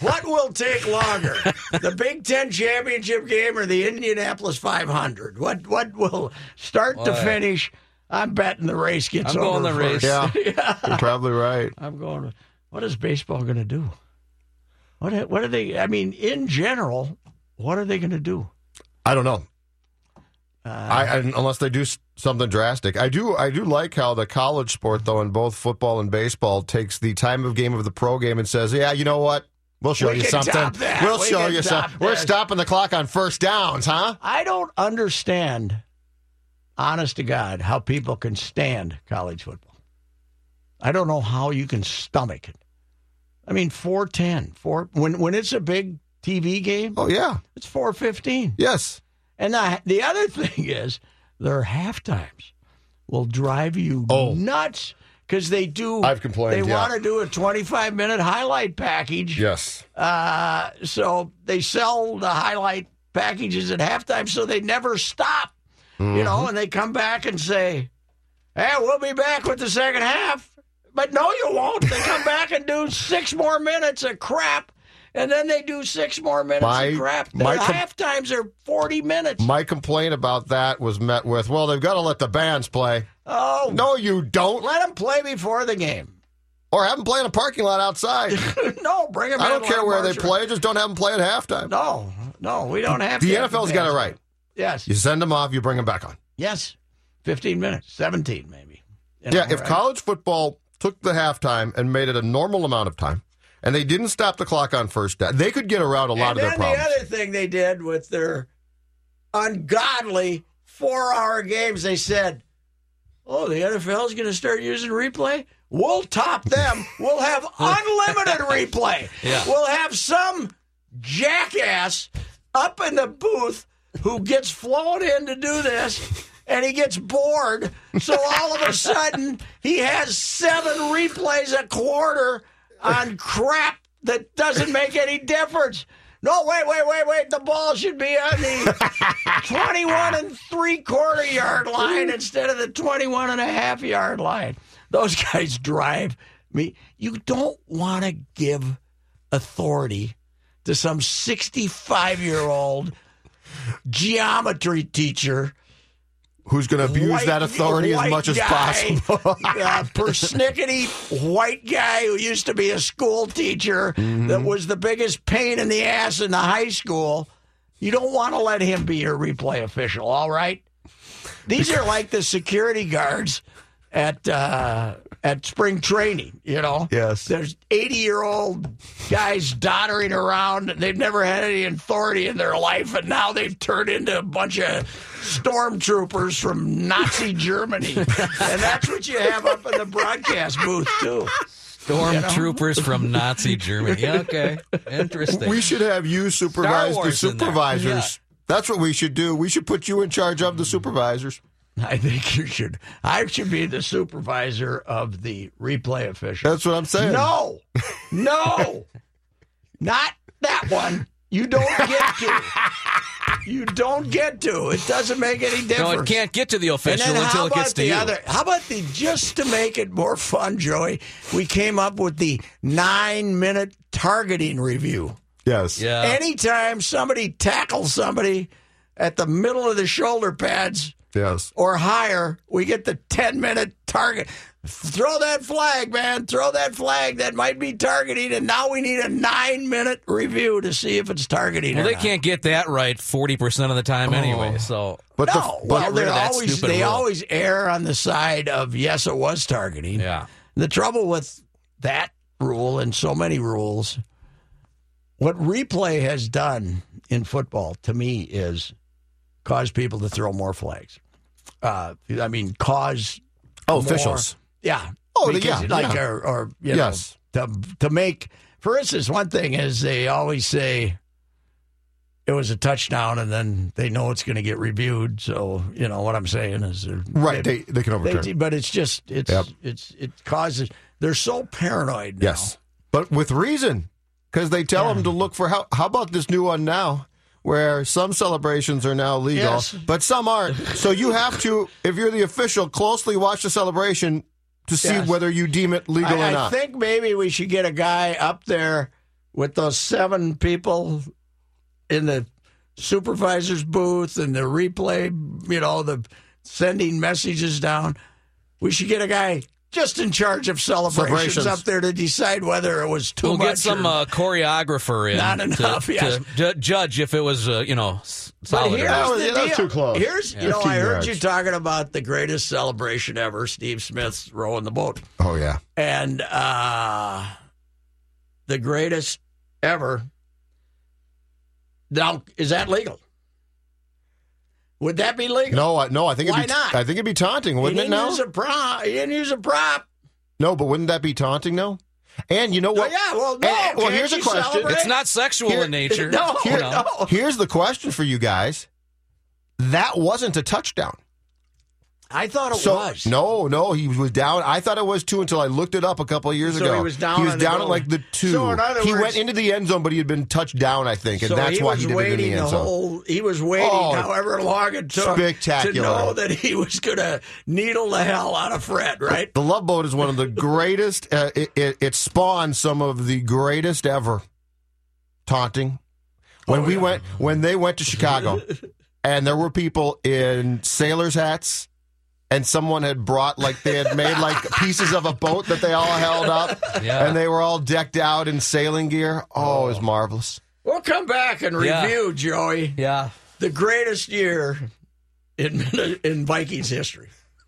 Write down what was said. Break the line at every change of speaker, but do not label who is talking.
What will take longer, the Big Ten championship game or the Indianapolis 500? What what will start to
Boy.
finish? I'm betting the race gets
I'm going
over
the race.
first.
Yeah, you're probably right.
I'm going. with- What is baseball going to do? What are- what are they? I mean, in general, what are they going to do? Uh,
I don't know. I, I unless they do s- something drastic. I do I do like how the college sport though in both football and baseball takes the time of game of the pro game and says, "Yeah, you know what? We'll show
We
you
can
something.
top that.
We'll
We
show
can
you
top
something. We're
this."
stopping the clock on first downs, huh?"
I don't understand, honest to God, how people can stand college football. I don't know how you can stomach it. I mean, 410, four, when, when it's a big TV game,
Oh yeah.
it's 415.
Yes.
And the, the other thing is, their half times will drive you
Oh.
nuts because they do.
I've complained,
They
yeah.
want to do a 25 minute highlight package.
Yes.
Uh, so they sell the highlight packages at halftime, so they never stop, you
Mm-hmm.
know, and they come back and say, hey, we'll be back with the second half. But no, you won't. They come back and do six more minutes of crap, and then they do six more minutes
My-
of crap. The
my com-
half times are 40 minutes.
My complaint about that was met with, "Well, they've got to let the bands play."
oh, no.
No, you don't.
let them play before the game.
Or have them play in a parking lot outside.
no, bring them
I don't care where they play. Just don't have them play at halft's
No, no, we don't have
The
to have
NFL's got it
fans.
right.
Yes.
You send them off, you bring them back on.
Yes, fifteen minutes, seventeen maybe. You
Yeah,
know,
if
right?
college football took the halftime and made it a normal amount of time, and they didn't stop the clock on first down, they could get around a
and
lot of
then
their problems.
the other thing they did with their ungodly four-hour games, they said, "Oh, the NFL's going to start using replay." We'll top them. We'll have unlimited replay.
Yeah.
We'll have some jackass up in the booth who gets flown in to do this and he gets bored. So all of a sudden, he has seven replays a quarter on crap that doesn't make any difference. No, wait, wait, wait, wait. The ball should be on the 21 and three quarter yard line instead of the 21 and a half yard line. Those guys drive me. You don't want to give authority to some 65 year old geometry teacher.
Who's going to abuse
white-
that authority as
white
much as
guy,
possible?
uh, persnickety white guy who used to be a school teacher that was the biggest pain in the ass in the high school. You don't want to let him be your replay official, all right? These are like the security guards at uh, at spring training, you know?
Yes.
There's 80 year old guys doddering around. and They've never had any authority in their life, and now they've turned into a bunch of stormtroopers from Nazi Germany. and that's what you have up in the broadcast booth, too.
Stormtroopers from Nazi Germany. Yeah, okay. Interesting.
we should have you supervise the
Wars in there.
supervisors. That's what we should do. We should put you in charge of the supervisors.
I think you should. I should be the supervisor of the replay official.
That's what I'm saying.
No, no, not that one. You don't get to. You don't get to. It doesn't make any difference.
no, it can't get to the
And
official
then how
until it
about
gets to
the
you.
other? How about the just to make it more fun, Joey? We came up with the nine-minute targeting review.
Yes.
Yeah.
Anytime somebody tackles somebody at the middle of the shoulder pads,
Yes.
or higher, we get the 10 minute target. Throw that flag, man. Throw that flag. That might be targeting. And now we need a nine minute review to see if it's targeting.
well,
or
they
not.
can't get that right 40% of the time
Oh.
anyway. So
But the,
No,
but-
well,
get rid
they're
of that
always
stupid
they
rule.
always err on the side of yes, it was targeting.
Yeah.
The trouble with that rule and so many rules, what replay has done in football to me is cause people to throw more flags. Uh, I mean, cause
oh,
more-
officials.
Yeah.
Oh,
Because,
yeah,
Like
yeah.
or, or you
Yes.
know, to to make. For instance, one thing is they always say it was a touchdown, and then they know it's going to get reviewed. So you know what I'm saying is they're-
Right. They, they can
they
overturn.
do- but it's just it's
Yep.
it's it causes they're so paranoid. Now.
Yes, but with reason, because they tell them to look for how. How about this new one now, where some celebrations are now legal,
Yes.
but some aren't. So you have to, if you're the official, closely watch the celebration to see
Yes.
whether you deem it legal
I,
or
I
not.
think maybe we should get a guy up there with those seven people in the supervisor's booth and the replay, you know, the sending messages down. We should get a guy just in charge of celebrations,
Celebrations.
up there to decide whether it was too
We'll
much.
get some
or-
uh, choreographer in
Not
to-
enough,
to,
yes.
ju- judge if it was, uh, you know, s- solid. or
But here's
not.
That was-
the
yeah, that was
deal.
too close.
Here's you
Yeah.
know, I
15
heard
yards.
you talking about the greatest celebration ever, Steve Smith's rowing the boat,
Oh yeah.
and uh the greatest ever. Now, is that legal? Would that be legal?
No, I, no. I think
Why
it'd be,
not?
I think it'd be taunting,
he
wouldn't it?
didn't
Now,
use a prop. He didn't use a prop.
no, but wouldn't that be taunting? No. And you know
Well,
what?
Oh, yeah. Well, no.
and- eh, well,
can't
here's a
you
question.
celebrate?
It's
It's not sexual in nature.
No,
you know.
no.
Here's the question for you guys. That wasn't a touchdown.
I thought it
so
was.
no, no, he was down. I thought it was two until I looked it up a couple of years
So
ago.
he was down on the
down at
goal.
like the two.
So in other
he
words-
went into the end zone, but he had been touched down, I think, and
so
that's
he
why
was
he did it in
waiting
the end zone.
whole. He was waiting
Oh,
however long it took to
spectacular.
know that he was going to needle the hell out of Fred. Right?
The Love Boat is one of the greatest. Uh, it, it, it spawned some of the greatest ever taunting.
Oh,
When we went, when they went to Chicago, and there were people in sailors' hats, and someone had brought like they had made like pieces of a boat that they all held up,
Yeah.
and they were all decked out in sailing gear. Oh, it was marvelous.
We'll come back and
Yeah.
review Joey
Yeah.
the greatest year in in Vikings history.